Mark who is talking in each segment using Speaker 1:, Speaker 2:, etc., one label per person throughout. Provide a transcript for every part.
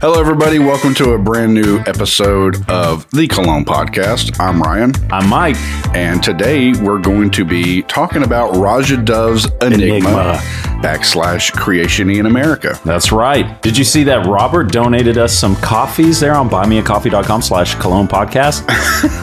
Speaker 1: Hello, everybody. Welcome to a brand new episode of the Cologne Podcast. I'm Ryan,
Speaker 2: I'm Mike.
Speaker 1: and today we're going to be talking about Raja Dove's Enigma,
Speaker 2: Enigma.
Speaker 1: backslash creation in America.
Speaker 2: That's right. Did you see that Robert donated us some coffees there on buymeacoffee.com slash cologne podcast?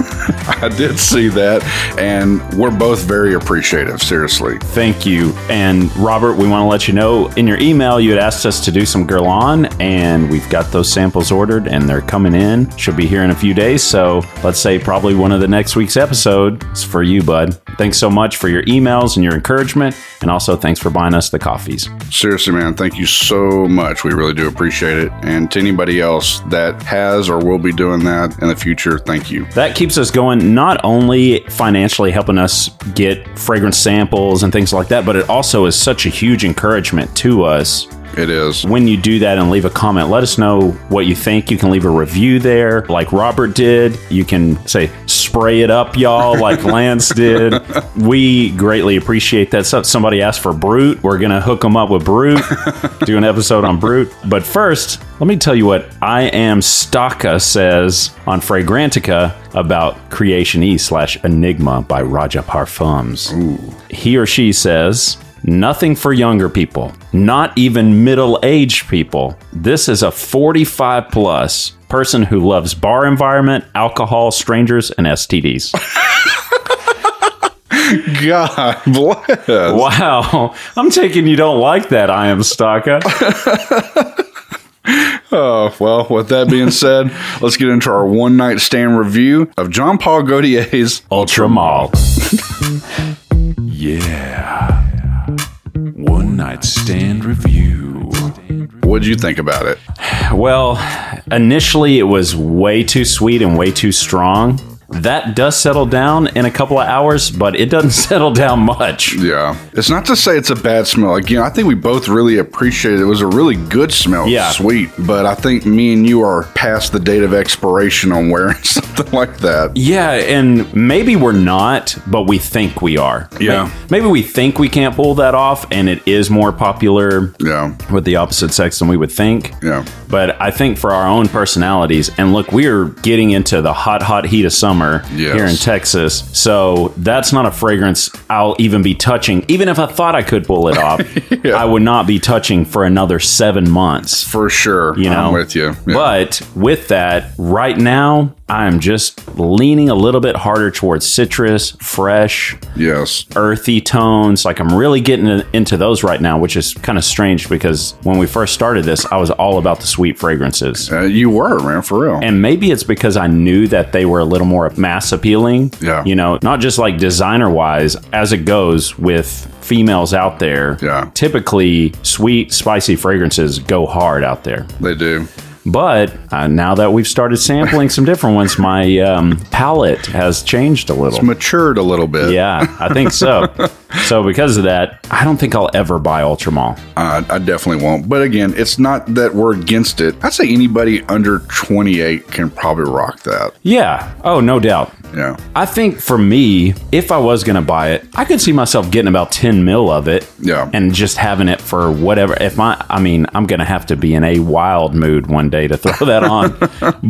Speaker 1: I did see that, and we're both very appreciative, seriously.
Speaker 2: Thank you. And Robert, we want to let you know in your email you had asked us to do some Guerlain, and we've got those samples ordered and they're coming in. Should be here in a few days. So let's say probably one of the next week's episode is for you, bud. Thanks so much for your emails and your encouragement. And also thanks for buying us the coffees.
Speaker 1: Seriously, man, thank you so much. We really do appreciate it. And to anybody else that has or will be doing that in the future, thank you.
Speaker 2: That keeps us going, not only financially helping us get fragrance samples and things like that, but it also is such a huge encouragement to us.
Speaker 1: It is.
Speaker 2: When you do that and leave a comment, let us know what you think. You can leave a review there, like Robert did. You can say, spray it up, y'all, like Lance did. We greatly appreciate that stuff. Somebody asked for Brute. We're going to hook them up with Brute, do an episode on Brute. But first, let me tell you what I am Staka says on Fragrantica about Creation E slash Enigma by Raja Parfums. He or she says, Nothing for younger people, not even middle aged people. This is a 45 plus person who loves bar environment, alcohol, strangers, and STDs.
Speaker 1: God bless.
Speaker 2: wow. I'm taking you don't like that, I am Staka.
Speaker 1: Oh, well, with that being said, let's get into our one night stand review of John Paul Gaultier's.
Speaker 2: Ultra Mall.
Speaker 3: Yeah. One night stand review.
Speaker 1: What'd you think about it?
Speaker 2: Well, initially it was way too sweet and way too strong. That does settle down in a couple of hours, but it doesn't settle down much.
Speaker 1: Yeah. It's not to say it's a bad smell. Like, you know, I think we both really appreciated it. It was a really good smell.
Speaker 2: Yeah.
Speaker 1: Sweet. But I think me and you are past the date of expiration on wearing something like that.
Speaker 2: Yeah, and maybe we're not, but we think we are.
Speaker 1: Yeah.
Speaker 2: May- Maybe we think we can't pull that off, and it is more popular
Speaker 1: Yeah.
Speaker 2: with the opposite sex than we would think.
Speaker 1: Yeah.
Speaker 2: But I think for our own personalities, and look, we're getting into the hot, hot heat of summer
Speaker 1: Yes.
Speaker 2: here in Texas. So that's not a fragrance I'll even be touching. Even if I thought I could pull it off, I would not be touching for another seven months.
Speaker 1: For sure.
Speaker 2: You know,
Speaker 1: I'm with you. Yeah.
Speaker 2: But with that, right now, I'm just leaning a little bit harder towards citrus, fresh,
Speaker 1: yes.
Speaker 2: earthy tones. Like I'm really getting in- into those right now, which is kind of strange because when we first started this, I was all about the sweet fragrances.
Speaker 1: Uh, you were, man, for real.
Speaker 2: And maybe it's because I knew that they were a little more mass appealing.
Speaker 1: Yeah.
Speaker 2: You know, not just like designer wise, as it goes with females out there.
Speaker 1: Yeah.
Speaker 2: Typically, sweet, spicy fragrances go hard out there.
Speaker 1: they do.
Speaker 2: But uh, now that we've started sampling some different ones, my um, palette has changed a little.
Speaker 1: Matured a little bit.
Speaker 2: Yeah, I think so. so because of that, I don't think I'll ever buy Ultramall.
Speaker 1: Uh, I definitely won't. But again, it's not that we're against it. I'd say anybody under 28 can probably rock that.
Speaker 2: Yeah. Oh, no doubt.
Speaker 1: Yeah.
Speaker 2: I think for me, if I was going to buy it, I could see myself getting about 10 mil of it.
Speaker 1: Yeah.
Speaker 2: And just having it for whatever. If my, I mean, I'm going to have to be in a wild mood one day to throw that on.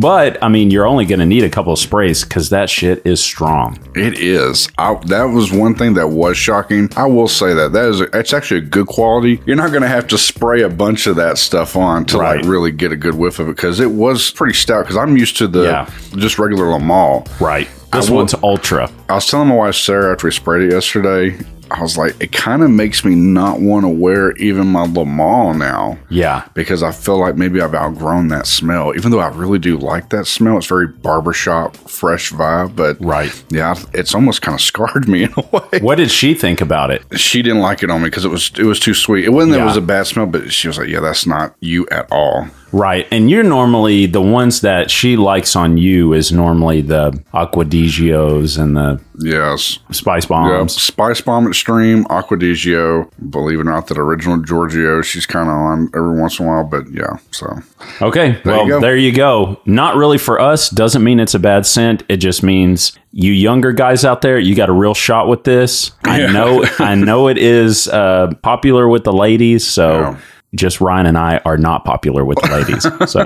Speaker 2: but I mean, you're only going to need a couple of sprays because that shit is strong.
Speaker 1: It is. I, that was one thing that was shocking. I will say that that is. It's actually a good quality. You're not going to have to spray a bunch of that stuff on to
Speaker 2: Right.
Speaker 1: like really get a good whiff of it because it was pretty stout. Because I'm used to the
Speaker 2: Yeah.
Speaker 1: just regular Lamal.
Speaker 2: Right. This
Speaker 1: I will-
Speaker 2: one's ultra.
Speaker 1: I was telling my wife Sarah after we sprayed it yesterday. I was like, it kind of makes me not want to wear even my Lamal now.
Speaker 2: Yeah.
Speaker 1: because I feel like maybe I've outgrown that smell. Even though I really do like that smell, it's very barbershop, fresh vibe. But
Speaker 2: Right.
Speaker 1: yeah, it's almost kind of scarred me in a way.
Speaker 2: What did she think about it?
Speaker 1: She didn't like it on me because it was it was too sweet. It wasn't that it
Speaker 2: Yeah.
Speaker 1: was a bad smell, but she was like, "Yeah, that's not you at all."
Speaker 2: Right. And you're normally the ones that she likes on you is normally the Aquadigios and the
Speaker 1: Yes.
Speaker 2: Spice
Speaker 1: Yeah.
Speaker 2: Bombs.
Speaker 1: Spice Bomb Extreme, Aquadigio. Believe it or not, that original Giorgio, she's kind of on every once in a while, but yeah. So
Speaker 2: Okay. well,
Speaker 1: you go.
Speaker 2: there you go. Not really for us. Doesn't mean it's a bad scent. It just means you younger guys out there, you got a real shot with this. I know. I know it is uh, popular with the ladies. So
Speaker 1: Yeah.
Speaker 2: just Ryan and I are not popular with the ladies. So.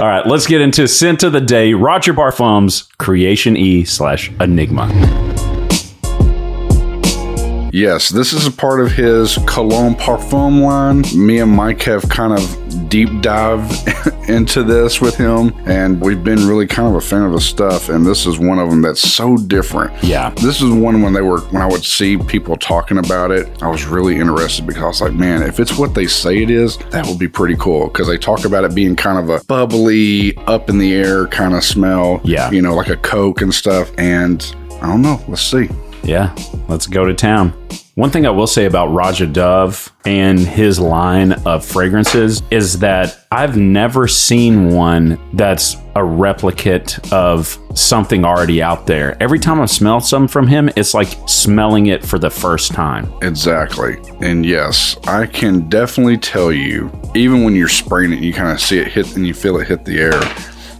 Speaker 2: All right, let's get into scent of the day. Roger Barfum's Creation E slash Enigma.
Speaker 1: Yes, this is a part of his cologne parfum line. Me and Mike have kind of deep dived into this with him, and we've been really kind of a fan of his stuff. And this is one of them that's so different.
Speaker 2: Yeah.
Speaker 1: This is one when they were when I would see people talking about it, I was really interested because I was like, man, if it's what they say it is, that would be pretty cool because they talk about it being kind of a bubbly, up in the air kind of smell.
Speaker 2: Yeah.
Speaker 1: you know, like a Coke and stuff. And I don't know. Let's see.
Speaker 2: Yeah, let's go to town. One thing I will say about Raja Dove and his line of fragrances is that I've never seen one that's a replicate of something already out there. Every time I smell some from him, it's like smelling it for the first time.
Speaker 1: Exactly. And yes, I can definitely tell you, even when you're spraying it, you kind of see it hit and you feel it hit the air.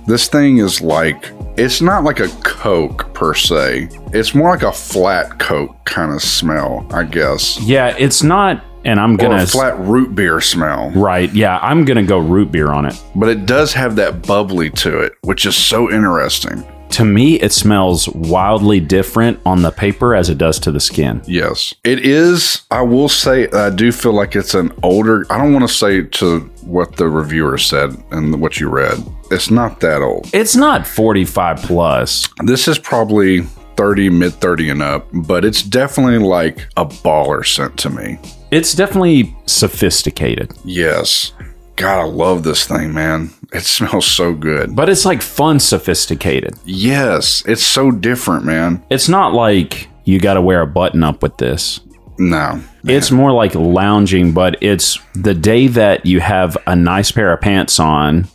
Speaker 1: This thing is like, it's not like a Coke per se. It's more like a flat Coke kind of smell, I guess.
Speaker 2: Yeah, it's not, and I'm
Speaker 1: Or
Speaker 2: gonna.
Speaker 1: a flat root beer smell.
Speaker 2: Right, yeah, I'm gonna go root beer on it.
Speaker 1: But it does have that bubbly to it, which is so interesting.
Speaker 2: To me, it smells wildly different on the paper as it does to the skin.
Speaker 1: Yes. It is, I will say, I do feel like it's an older, I don't want to say to what the reviewer said and what you read. It's not that old.
Speaker 2: It's not 45 plus.
Speaker 1: This is probably 30, mid 30 and up, but it's definitely like a baller scent to me.
Speaker 2: It's definitely sophisticated,
Speaker 1: Yes. God, I love this thing, man. It smells so good.
Speaker 2: but it's like fun sophisticated.
Speaker 1: Yes, it's so different, man.
Speaker 2: It's not like you got to wear a button up with this.
Speaker 1: No.
Speaker 2: It's more like lounging, but it's the day that you have a nice pair of pants on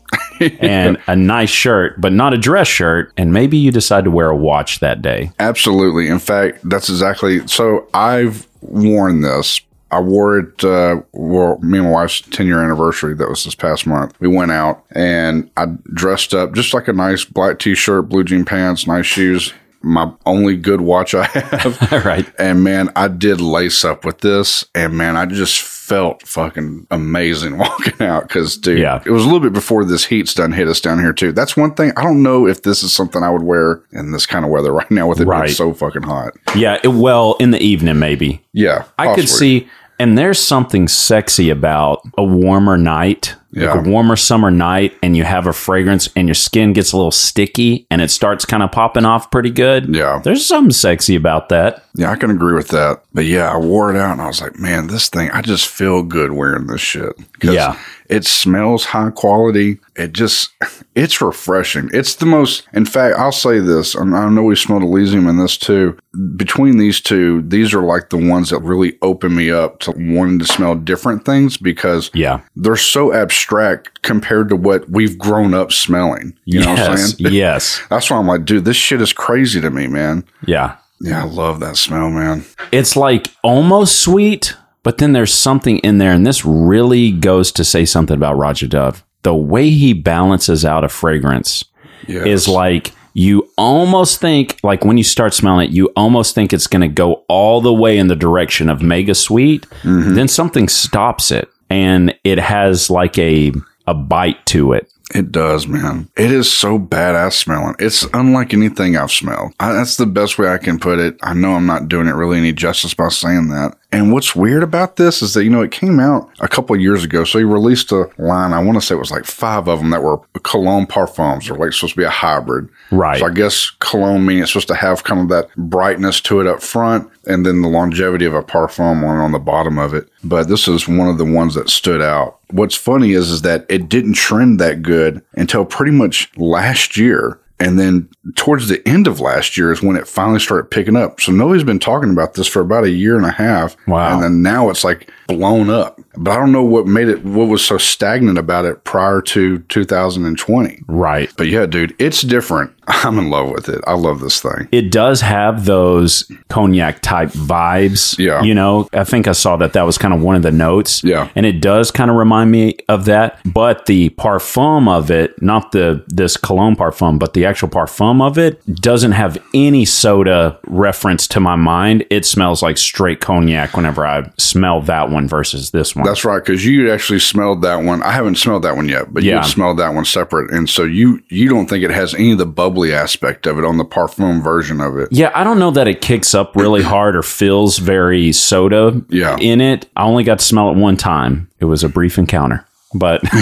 Speaker 2: and a nice shirt, but not a dress shirt, and maybe you decide to wear a watch that day.
Speaker 1: Absolutely. In fact, that's exactly so. I've worn this. I wore it. Uh, well, me and my wife's ten year anniversary. That was this past month. We went out and I dressed up just like a nice black t shirt, blue jean pants, nice shoes. My only good watch I have.
Speaker 2: All right.
Speaker 1: And man, I did lace up with this, and man, I just felt fucking amazing walking out because, dude,
Speaker 2: Yeah.
Speaker 1: it was a little bit before this heat's done hit us down here too. That's one thing. I don't know if this is something I would wear in this kind of weather right now with it
Speaker 2: Right.
Speaker 1: being so fucking hot.
Speaker 2: Yeah. it- well, in the evening, maybe.
Speaker 1: Yeah,
Speaker 2: I could
Speaker 1: possibly.
Speaker 2: see, and there's something sexy about a warmer night,
Speaker 1: Yeah.
Speaker 2: like a warmer summer night, and you have a fragrance, and your skin gets a little sticky, and it starts kind of popping off pretty good.
Speaker 1: Yeah,
Speaker 2: There's something sexy about that.
Speaker 1: yeah, I can agree with that. But yeah, I wore it out, and I was like, man, this thing. I just feel good wearing this shit. 'Cause
Speaker 2: Yeah.
Speaker 1: It smells high quality. It just, it's refreshing. It's the most, in fact, I'll say this, and I know we smelled Elysium in this too. Between these two, these are like the ones that really open me up to wanting to smell different things because
Speaker 2: Yeah.
Speaker 1: they're so abstract compared to what we've grown up smelling. You know what I'm
Speaker 2: yes.
Speaker 1: saying?
Speaker 2: yes.
Speaker 1: That's why I'm like, dude, this shit is crazy to me, man.
Speaker 2: Yeah.
Speaker 1: Yeah, I love that smell, man.
Speaker 2: It's like almost sweet, but then there's something in there, and this really goes to say something about Roger Dove. The way he balances out a fragrance
Speaker 1: Yeah.
Speaker 2: is like you almost think like when you start smelling it, you almost think it's going to go all the way in the direction of mega sweet. Then something stops it, and it has like a a bite to it.
Speaker 1: It does, man. It is so badass smelling. It's unlike anything I've smelled. I, that's the best way I can put it. I know I'm not doing it really any justice by saying that. And what's weird about this is that, you know, it came out a couple of years ago. So he released a line. I want to say it was like five of them that were cologne parfums or like supposed to be a hybrid.
Speaker 2: Right.
Speaker 1: So I guess cologne meaning it's supposed to have kind of that brightness to it up front and then the longevity of a parfum on, on the bottom of it. But this is one of the ones that stood out. What's funny is, is that it didn't trend that good until pretty much last year. And then towards the end of last year is when it finally started picking up. So nobody's been talking about this for about a year and a half.
Speaker 2: Wow.
Speaker 1: And then now it's like blown up. But I don't know what made it, what was so stagnant about it prior to 2020.
Speaker 2: Right.
Speaker 1: But yeah, dude, it's different. I'm in love with it. I love this thing.
Speaker 2: it does have those cognac type vibes.
Speaker 1: Yeah.
Speaker 2: You know, I think I saw that that was kind of one of the notes.
Speaker 1: Yeah.
Speaker 2: And it does kind of remind me of that. But the parfum of it, not the this cologne parfum, but the actual parfum of it doesn't have any soda reference to my mind. It smells like straight cognac whenever I smell that one versus this one.
Speaker 1: That's right, because you actually smelled that one. I haven't smelled that one yet, but
Speaker 2: Yeah.
Speaker 1: you smelled that one separate, and so you you don't think it has any of the bubbly aspect of it on the parfum version of it.
Speaker 2: Yeah, I don't know that it kicks up really hard or feels very soda
Speaker 1: Yeah.
Speaker 2: in it. I only got to smell it one time. It was a brief encounter. But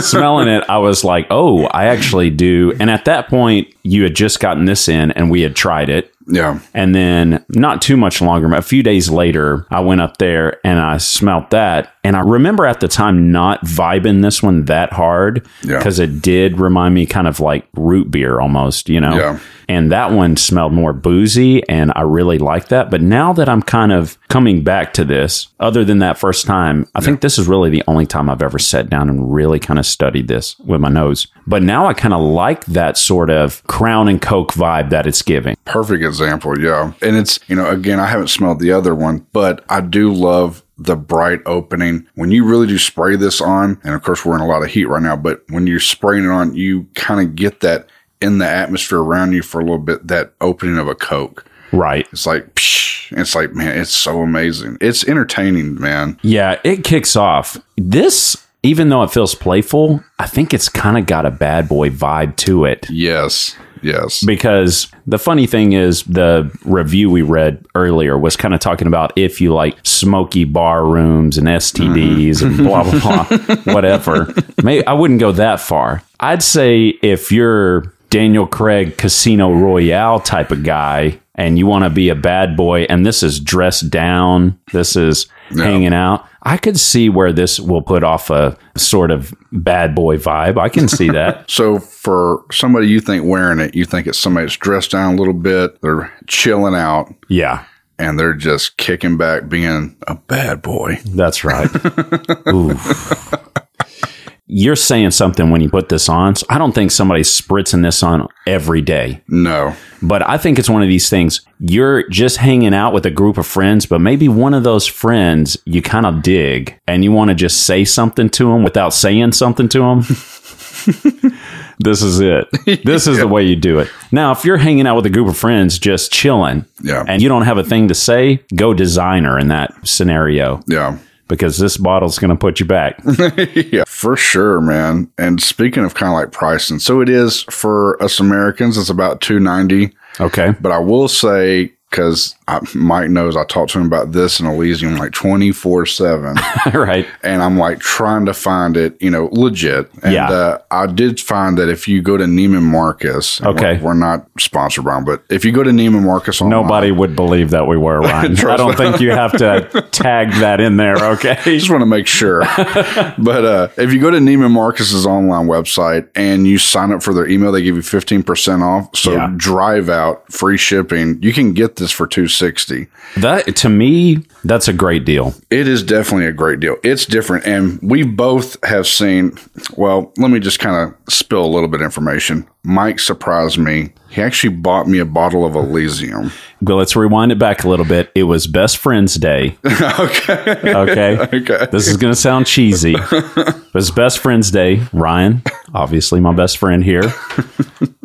Speaker 2: smelling it, I was like, oh, I actually do. And at that point, you had just gotten this in and we had tried it.
Speaker 1: Yeah,
Speaker 2: And then not too much longer, a few days later, I went up there and I smelt that. And I remember at the time not vibing this one that hard
Speaker 1: Yeah.
Speaker 2: because it did remind me kind of like root beer almost, you know?
Speaker 1: Yeah.
Speaker 2: And that one smelled more boozy and I really liked that. But now that I'm kind of coming back to this, other than that first time, I think this is really the only time I've ever sat down and really kind of studied this with my nose. But now I kind of like that sort of crown and coke vibe that it's giving.
Speaker 1: perfect example. Yeah, and it's you know again I haven't smelled the other one, but I do love the bright opening when you really do spray this on. And of course we're in a lot of heat right now, but when you're spraying it on, you kind of get that in the atmosphere around you for a little bit. That opening of a Coke.
Speaker 2: Right.
Speaker 1: It's like, psh, it's like, man, it's so amazing. It's entertaining, man.
Speaker 2: Yeah, it kicks off. This, even though it feels playful, I think it's kind of got a bad boy vibe to it.
Speaker 1: Yes, yes,
Speaker 2: Because the funny thing is, the review we read earlier was kind of talking about if you like smoky bar rooms and STDs and blah, blah, blah, whatever. Maybe, I wouldn't go that far. I'd say if you're Daniel Craig Casino Royale type of guy and you want to be a bad boy, and this is dressed down, this is hanging out, I could see where this will put off a sort of bad boy vibe. I can see that.
Speaker 1: So for somebody you think wearing it, you think it's somebody that's dressed down a little bit, they're chilling out,
Speaker 2: yeah.
Speaker 1: and they're just kicking back, being a bad boy.
Speaker 2: That's right. Ooh. You're saying something when you put this on. So I don't think somebody's spritzing this on every day,
Speaker 1: No,
Speaker 2: but I think it's one of these things. You're just hanging out with a group of friends, but maybe one of those friends you kind of dig and you want to just say something to them without saying something to them. this is it. This is the way you do it. Now, if you're hanging out with a group of friends just chilling
Speaker 1: Yeah.
Speaker 2: and you don't have a thing to say, go designer in that scenario
Speaker 1: yeah.
Speaker 2: because this bottle's going to put you back.
Speaker 1: Yeah, for sure, man. And speaking of kind of like pricing, so it is for us Americans, it's about 290
Speaker 2: Okay.
Speaker 1: But I will say, because Mike knows I talked to him about this in Elysium like 24 7.
Speaker 2: All right.
Speaker 1: and I'm like trying to find it, you know, legit. And
Speaker 2: Yeah.
Speaker 1: uh, I did find that if you go to Neiman Marcus, and
Speaker 2: Okay.
Speaker 1: we're, we're not sponsored by them, but if you go to Neiman Marcus online,
Speaker 2: Nobody would believe that we were, Ryan. I don't think you have to tag that in there, okay?
Speaker 1: just want to make sure. but uh, if you go to Neiman Marcus's online website and you sign up for their email, they give you fifteen percent off. So
Speaker 2: Yeah.
Speaker 1: drive out, free shipping. You can get this for two sixty.
Speaker 2: That to me, that's a great deal.
Speaker 1: It is definitely a great deal. It's different. And we both have seen, well, let me just kind of spill a little bit of information. Mike surprised me. He actually bought me a bottle of Elysium.
Speaker 2: But let's rewind it back a little bit. It was Best Friends Day. okay. Okay.
Speaker 1: Okay.
Speaker 2: This is going to sound cheesy. But it's Best Friends Day. Ryan, obviously my best friend here.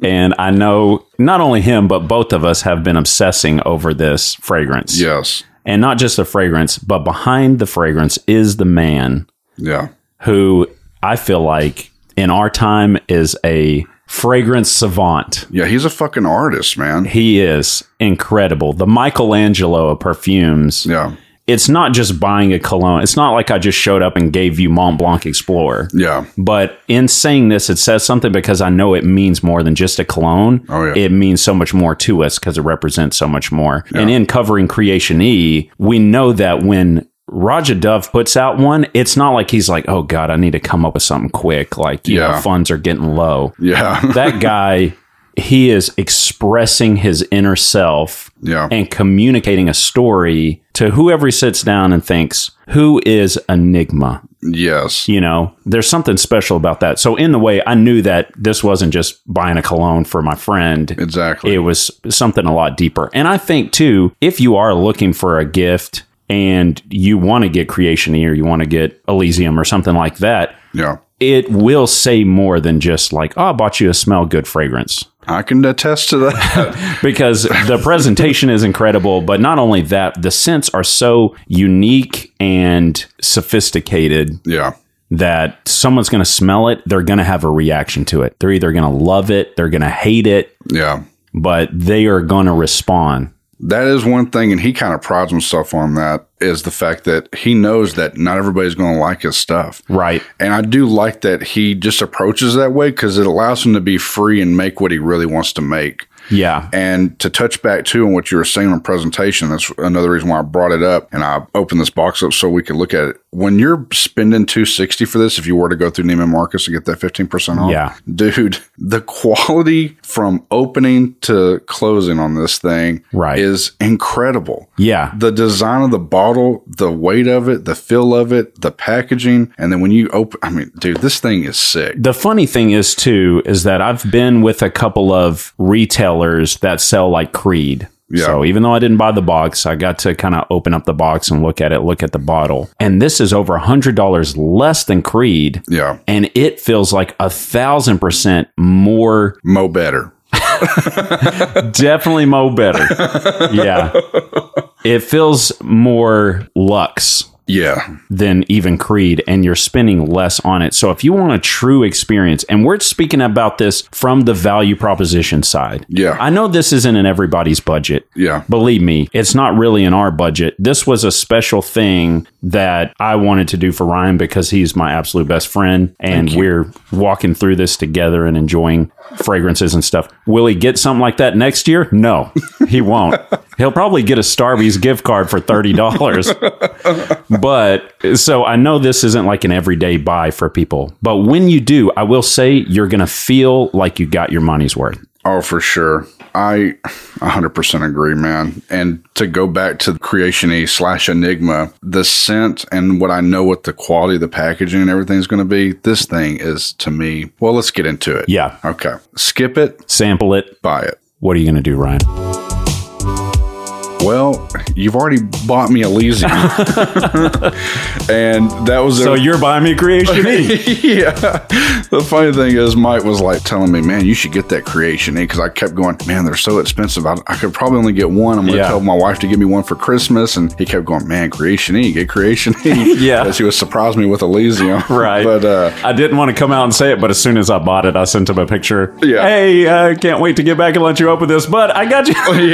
Speaker 2: And I know not only him, but both of us have been obsessing over this fragrance.
Speaker 1: Yes.
Speaker 2: and not just the fragrance, but behind the fragrance is the man
Speaker 1: Yeah.
Speaker 2: who I feel like in our time is a fragrance savant.
Speaker 1: Yeah. He's a fucking artist, man.
Speaker 2: He is incredible. The Michelangelo of perfumes.
Speaker 1: Yeah.
Speaker 2: It's not just buying a cologne. It's not like I just showed up and gave you Mont Blanc Explorer.
Speaker 1: Yeah.
Speaker 2: But in saying this, it says something because I know it means more than just a cologne.
Speaker 1: Oh, yeah.
Speaker 2: It means so much more to us because it represents so much more. And in covering Creation E, we know that when Raja Dove puts out one, it's not like he's like, oh God, I need to come up with something quick. Like, you know,
Speaker 1: Yeah.
Speaker 2: funds are getting low.
Speaker 1: Yeah.
Speaker 2: That guy. he is expressing his inner self
Speaker 1: Yeah.
Speaker 2: and communicating a story to whoever he sits down and thinks, who is Enigma?
Speaker 1: yes.
Speaker 2: You know, there's something special about that. So, in the way, I knew that this wasn't just buying a cologne for my friend.
Speaker 1: Exactly.
Speaker 2: It was something a lot deeper. And I think, too, if you are looking for a gift and you want to get Creation E or you want to get Elysium or something like that,
Speaker 1: yeah.
Speaker 2: it will say more than just like, oh, I bought you a smell good fragrance.
Speaker 1: I can attest to that.
Speaker 2: Because the presentation is incredible, but not only that, the scents are so unique and sophisticated
Speaker 1: yeah.
Speaker 2: that someone's going to smell it. They're going to have a reaction to it. They're either going to love it, they're going to hate it,
Speaker 1: Yeah.
Speaker 2: but they are going to respond.
Speaker 1: That is one thing, and he kind of prides himself on that is the fact that he knows that not everybody's going to like his stuff.
Speaker 2: Right.
Speaker 1: And I do like that he just approaches that way because it allows him to be free and make what he really wants to make.
Speaker 2: Yeah.
Speaker 1: And to touch back too on what you were saying on presentation, that's another reason why I brought it up and I opened this box up so we could look at it. When you're spending two sixty for this, if you were to go through Neiman Marcus and get that fifteen percent off,
Speaker 2: Yeah.
Speaker 1: dude, the quality from opening to closing on this thing
Speaker 2: Right.
Speaker 1: is incredible.
Speaker 2: Yeah.
Speaker 1: The design of the bottle, the weight of it, the feel of it, the packaging, and then when you open, I mean, dude, this thing is sick.
Speaker 2: The funny thing is too is that I've been with a couple of retailers that sell like Creed.
Speaker 1: Yeah.
Speaker 2: So even though I didn't buy the box, I got to kind of open up the box and look at it, look at the bottle. And this is over a hundred dollars less than Creed.
Speaker 1: Yeah,
Speaker 2: And it feels like a thousand percent more
Speaker 1: Mo better.
Speaker 2: definitely Mo better. yeah. It feels more luxe
Speaker 1: Yeah,
Speaker 2: than even Creed, and you're spending less on it. So if you want a true experience, and we're speaking about this from the value proposition side.
Speaker 1: Yeah.
Speaker 2: I know this isn't in everybody's budget.
Speaker 1: yeah,
Speaker 2: Believe me, it's not really in our budget. This was a special thing that I wanted to do for Ryan because he's my absolute best friend and we're walking through this together and enjoying fragrances and stuff. Will he get something like that next year? No, he won't. He'll probably get a Starbucks gift card for $30. but so I know this isn't like an everyday buy for people. But when you do, I will say you're going to feel like you got your money's worth.
Speaker 1: Oh, for sure. I 100% agree, man. And to go back to Creation E slash Enigma, the scent and what I know what the quality of the packaging and everything's going to be, this thing is to me. Well, let's get into it.
Speaker 2: Yeah.
Speaker 1: Okay. Skip it,
Speaker 2: Sample it.
Speaker 1: buy it.
Speaker 2: What are you going to do, Ryan?
Speaker 1: Well, you've already bought me Elysium. and that was
Speaker 2: So
Speaker 1: a-
Speaker 2: you're buying me creation E.
Speaker 1: yeah. The funny thing is, Mike was like telling me, "Man, you should get that Creation E," because I kept going, "Man, they're so expensive. I, I could probably only get one. I'm going to
Speaker 2: Yeah.
Speaker 1: tell my wife to get me one for Christmas." And he kept going, "Man, Creation E, get Creation E."
Speaker 2: Yeah.
Speaker 1: as he was surprised me with Elysium.
Speaker 2: Right.
Speaker 1: but uh,
Speaker 2: I didn't want to come out and say it, but as soon as I bought it, I sent him a picture.
Speaker 1: Yeah.
Speaker 2: Hey, I can't wait to get back and let you open this, but I got you.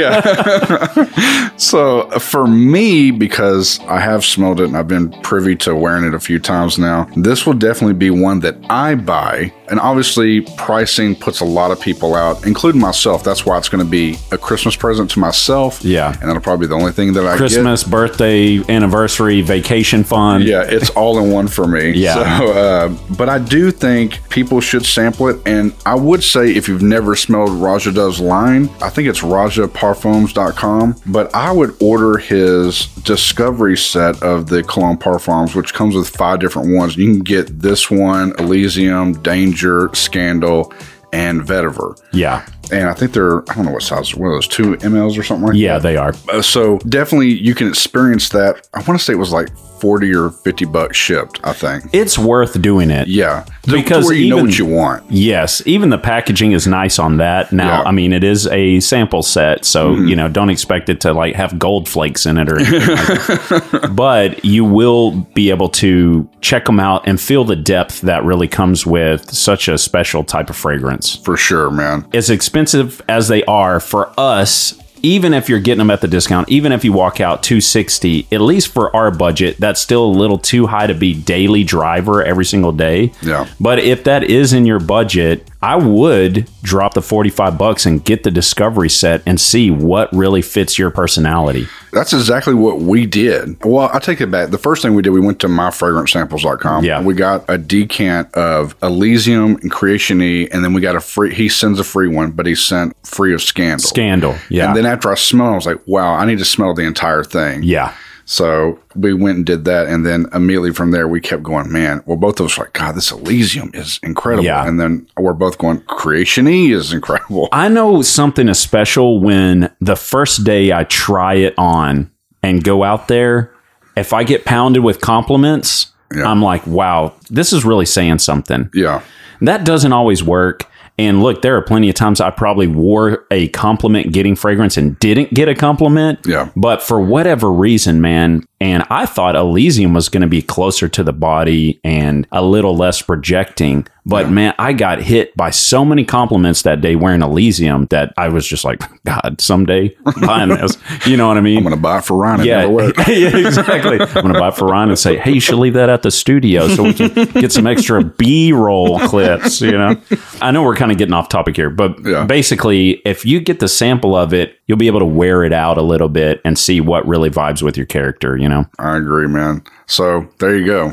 Speaker 1: yeah. so for me, because I have smelled it and I've been privy to wearing it a few times now, this will definitely be one that I buy. And obviously, pricing puts a lot of people out, including myself. That's why it's going to be a Christmas present to myself.
Speaker 2: Yeah.
Speaker 1: And that'll probably be the only thing that I get.
Speaker 2: Christmas, birthday, anniversary, vacation fun.
Speaker 1: Yeah, it's all in one for me.
Speaker 2: Yeah.
Speaker 1: So, uh, but I do think people should sample it. And I would say if you've never smelled Raja Dove's line, I think it's rajaparfums.com. But I would order his discovery set of the Cologne Parfums, which comes with five different ones. You can get this one, Elysium, Danger, Scandal, and Vetiver.
Speaker 2: Yeah.
Speaker 1: And I think they're, I don't know what size, one of those, two mls or something like that?
Speaker 2: Yeah, they are.
Speaker 1: Uh, so definitely you can experience that. I want to say it was like 40 or 50 bucks shipped, I think.
Speaker 2: It's worth doing it.
Speaker 1: Yeah. To- to
Speaker 2: Because
Speaker 1: where you know
Speaker 2: even-
Speaker 1: what you want.
Speaker 2: Yes, even the packaging is nice on that. Now,
Speaker 1: Yeah.
Speaker 2: I mean, it is a sample set, so you know, don't expect it to like have gold flakes in it or anything. like that. But you will be able to check them out and feel the depth that really comes with such a special type of fragrance.
Speaker 1: For sure, man.
Speaker 2: As expensive as they are for us, even if you're getting them at the discount, even if you walk out 260, at least for our budget, that's still a little too high to be daily driver every single day.
Speaker 1: Yeah.
Speaker 2: But if that is in your budget, I would drop the 45 bucks and get the discovery set and see what really fits your personality.
Speaker 1: That's exactly what we did. Well, I take it back. The first thing we did, we went to myfragrancesamples.com.
Speaker 2: Yeah.
Speaker 1: We got a decant of Elysium and Creation E, and then we got a free, he sends a free one, but he sent free of Scandal.
Speaker 2: Scandal. Yeah.
Speaker 1: And then after I smelled, I was like, wow, I need to smell the entire thing.
Speaker 2: yeah.
Speaker 1: So we went and did that. And then immediately from there, we kept going, man, well, both of us were like, God, this Elysium is incredible.
Speaker 2: Yeah.
Speaker 1: And then we're both going, Creation E is incredible.
Speaker 2: I know something is special when the first day I try it on and go out there. If I get pounded with compliments,
Speaker 1: Yeah.
Speaker 2: I'm like, wow, this is really saying something.
Speaker 1: yeah.
Speaker 2: That doesn't always work. And look, there are plenty of times I probably wore a compliment getting fragrance and didn't get a compliment.
Speaker 1: Yeah.
Speaker 2: But for whatever reason, man, and I thought Elysium was going to be closer to the body and a little less projecting. But man, I got hit by so many compliments that day wearing Elysium that I was just like, God, someday buying this. You know what I mean?
Speaker 1: I'm going to buy it for Ryan. It never worked.
Speaker 2: yeah, exactly. I'm gonna buy it for Ryan and say, "Hey, you should leave that at the studio so we can get some extra B-roll clips." You know, I know we're kind of getting off topic here, but
Speaker 1: Yeah.
Speaker 2: basically, if you get the sample of it, you'll be able to wear it out a little bit and see what really vibes with your character. You know,
Speaker 1: I agree, man. So there you go.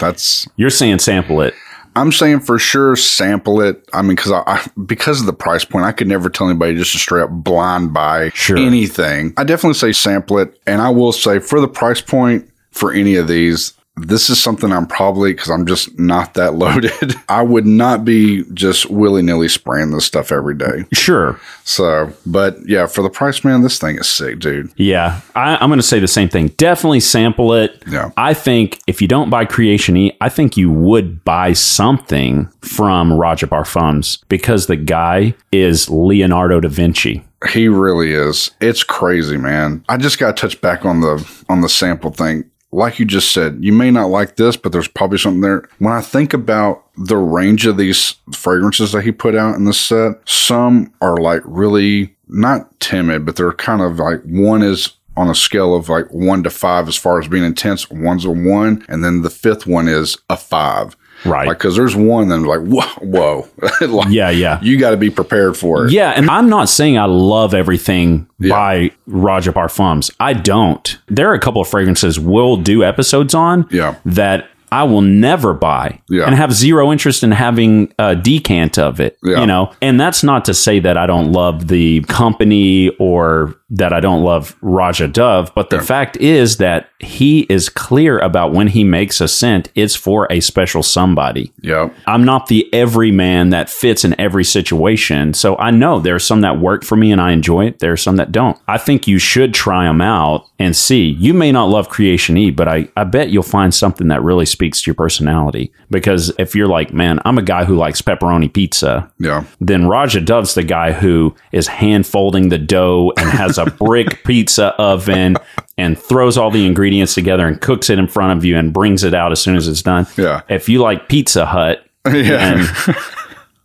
Speaker 1: That's
Speaker 2: you're saying sample it.
Speaker 1: I'm saying for sure sample it. I mean, because I, I because of the price point, I could never tell anybody just to straight up blind buy
Speaker 2: Sure.
Speaker 1: anything. I definitely say sample it, and I will say for the price point for any of these. This is something I'm probably because I'm just not that loaded. I would not be just willy nilly spraying this stuff every day.
Speaker 2: Sure.
Speaker 1: So, but yeah, for the price, man, this thing is sick, dude.
Speaker 2: Yeah, I, I'm going to say the same thing. Definitely sample it.
Speaker 1: Yeah.
Speaker 2: I think if you don't buy Creation E, I think you would buy something from Roger Parfums because the guy is Leonardo da Vinci.
Speaker 1: He really is. It's crazy, man. I just got to touch back on the on the sample thing. Like you just said, you may not like this, but there's probably something there. When I think about the range of these fragrances that he put out in this set, some are like really not timid, but they're kind of like one is on a scale of like one to five as far as being intense. One's a one, and then the fifth one is a five.
Speaker 2: Right.
Speaker 1: Like, cause there's one that's like, whoa, whoa. like,
Speaker 2: yeah, yeah.
Speaker 1: You got to be prepared for it.
Speaker 2: Yeah, and I'm not saying I love everything by Roger Parfums. I don't. There are a couple of fragrances we'll do episodes on
Speaker 1: Yeah.
Speaker 2: that I will never buy
Speaker 1: Yeah.
Speaker 2: and have zero interest in having a decant of it.
Speaker 1: Yeah.
Speaker 2: You know, and that's not to say that I don't love the company or that I don't love Raja Dove, but the fact is that he is clear about when he makes a scent, it's for a special somebody.
Speaker 1: Yep.
Speaker 2: I'm not the everyman that fits in every situation. So I know there are some that work for me and I enjoy it. There are some that don't. I think you should try them out and see. You may not love Creation E, but I, I bet you'll find something that really speaks to your personality. Because if you're like, man, I'm a guy who likes pepperoni pizza,
Speaker 1: Yeah.
Speaker 2: then Raja Dove's the guy who is hand folding the dough and has a brick pizza oven and throws all the ingredients together and cooks it in front of you and brings it out as soon as it's done.
Speaker 1: Yeah.
Speaker 2: If you like Pizza Hut,
Speaker 1: Yeah.
Speaker 2: and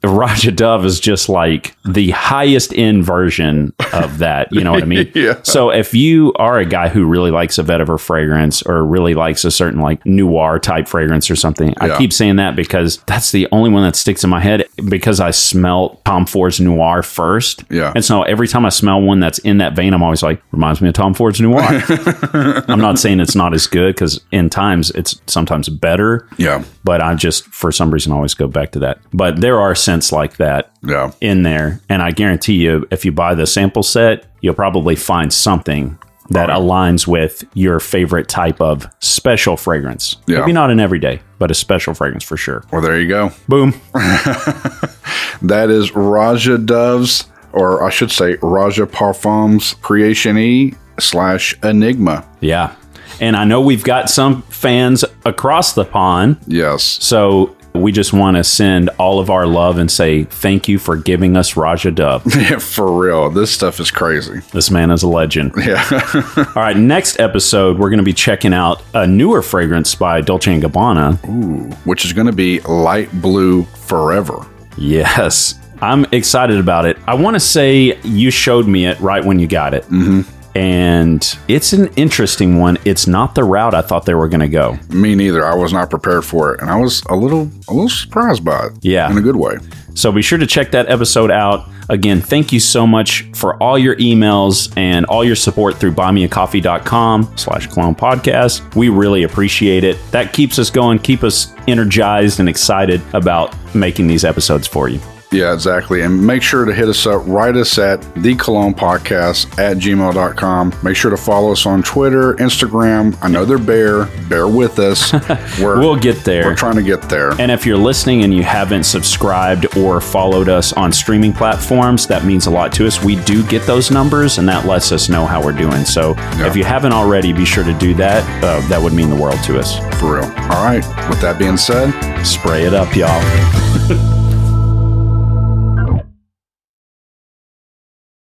Speaker 2: Raja Dove is just like the highest end version of that. You know what I mean?
Speaker 1: Yeah.
Speaker 2: So if you are a guy who really likes a vetiver fragrance or really likes a certain like noir type fragrance or something,
Speaker 1: Yeah.
Speaker 2: I keep saying that because that's the only one that sticks in my head because I smell Tom Ford's noir first.
Speaker 1: Yeah.
Speaker 2: And so every time I smell one that's in that vein, I'm always like, reminds me of Tom Ford's noir. I'm not saying it's not as good because in times it's sometimes better
Speaker 1: yeah.
Speaker 2: but I just for some reason always go back to that. But there are scents like that
Speaker 1: Yeah.
Speaker 2: in there, and I guarantee you, if you buy the sample set, you'll probably find something that aligns with your favorite type of special fragrance.
Speaker 1: Yeah.
Speaker 2: Maybe not an everyday, but a special fragrance for sure.
Speaker 1: Well, there you go.
Speaker 2: Boom.
Speaker 1: That is Raja Doves, or I should say Raja Parfums Creation E slash Enigma.
Speaker 2: Yeah. And I know we've got some fans across the pond
Speaker 1: Yes.
Speaker 2: So we just want to send all of our love and say thank you for giving us Raja Dub.
Speaker 1: For real. This stuff is crazy.
Speaker 2: this man is a legend. Yeah. all right. Next episode, we're going to be checking out a newer fragrance by Dolce & Gabbana.
Speaker 1: Which is going to be light blue forever.
Speaker 2: Yes. I'm excited about it. I want to say you showed me it right when you got it. And it's an interesting one. It's not the route I thought they were going to go.
Speaker 1: Me neither. I was not prepared for it, and I was a little a little surprised by it.
Speaker 2: Yeah.
Speaker 1: in a good way.
Speaker 2: So be sure to check that episode out. Again, thank you so much for all your emails and all your support through buymeacoffee.com slash clown podcast. We really appreciate it. That keeps us going, keep us energized and excited about making these episodes for you.
Speaker 1: Yeah, exactly. And make sure to hit us up. Write us at the Cologne Podcast at gmail.com. Make sure to follow us on Twitter, Instagram. I know they're bare. Bear with us. We're,
Speaker 2: We'll get
Speaker 1: we're
Speaker 2: there.
Speaker 1: trying to get there.
Speaker 2: And if you're listening and you haven't subscribed or followed us on streaming platforms, that means a lot to us. We do get those numbers and that lets us know how we're doing. So if you haven't already, be sure to do that. Uh, that would mean the world to us.
Speaker 1: for real. All right. With that being said,
Speaker 2: Spray it up, y'all.